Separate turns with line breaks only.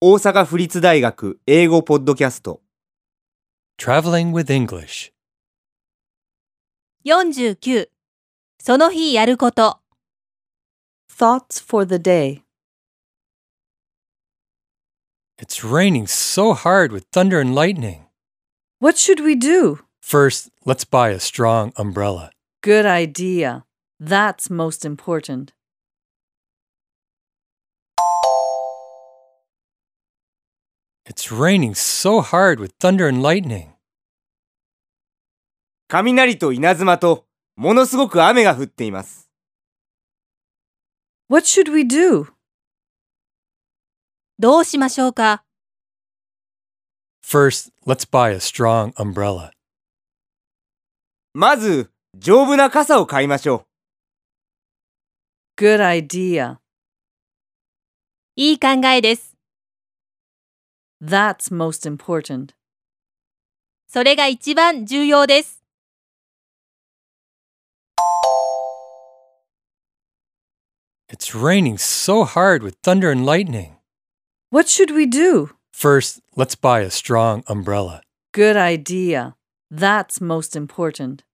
大阪府立大学英語ポッドキャスト
Traveling with English.
49その日やること
Thoughts for the day.
It's raining so hard with thunder and lightning.
What should we do?
First, let's buy a strong umbrella.
Good idea. That's most important.
It's raining so hard with thunder and lightning.
雷と稲妻とものすごく雨が降っています
What should we do?
どうしましょうか
First, let's buy a strong umbrella.
まず丈夫な傘を買いましょう
Good idea.
いい考えです。
That's most important.
それが一番重要です。
It's raining so hard with thunder and lightning.
What should we do?
First, let's buy a strong umbrella.
Good idea. That's most important.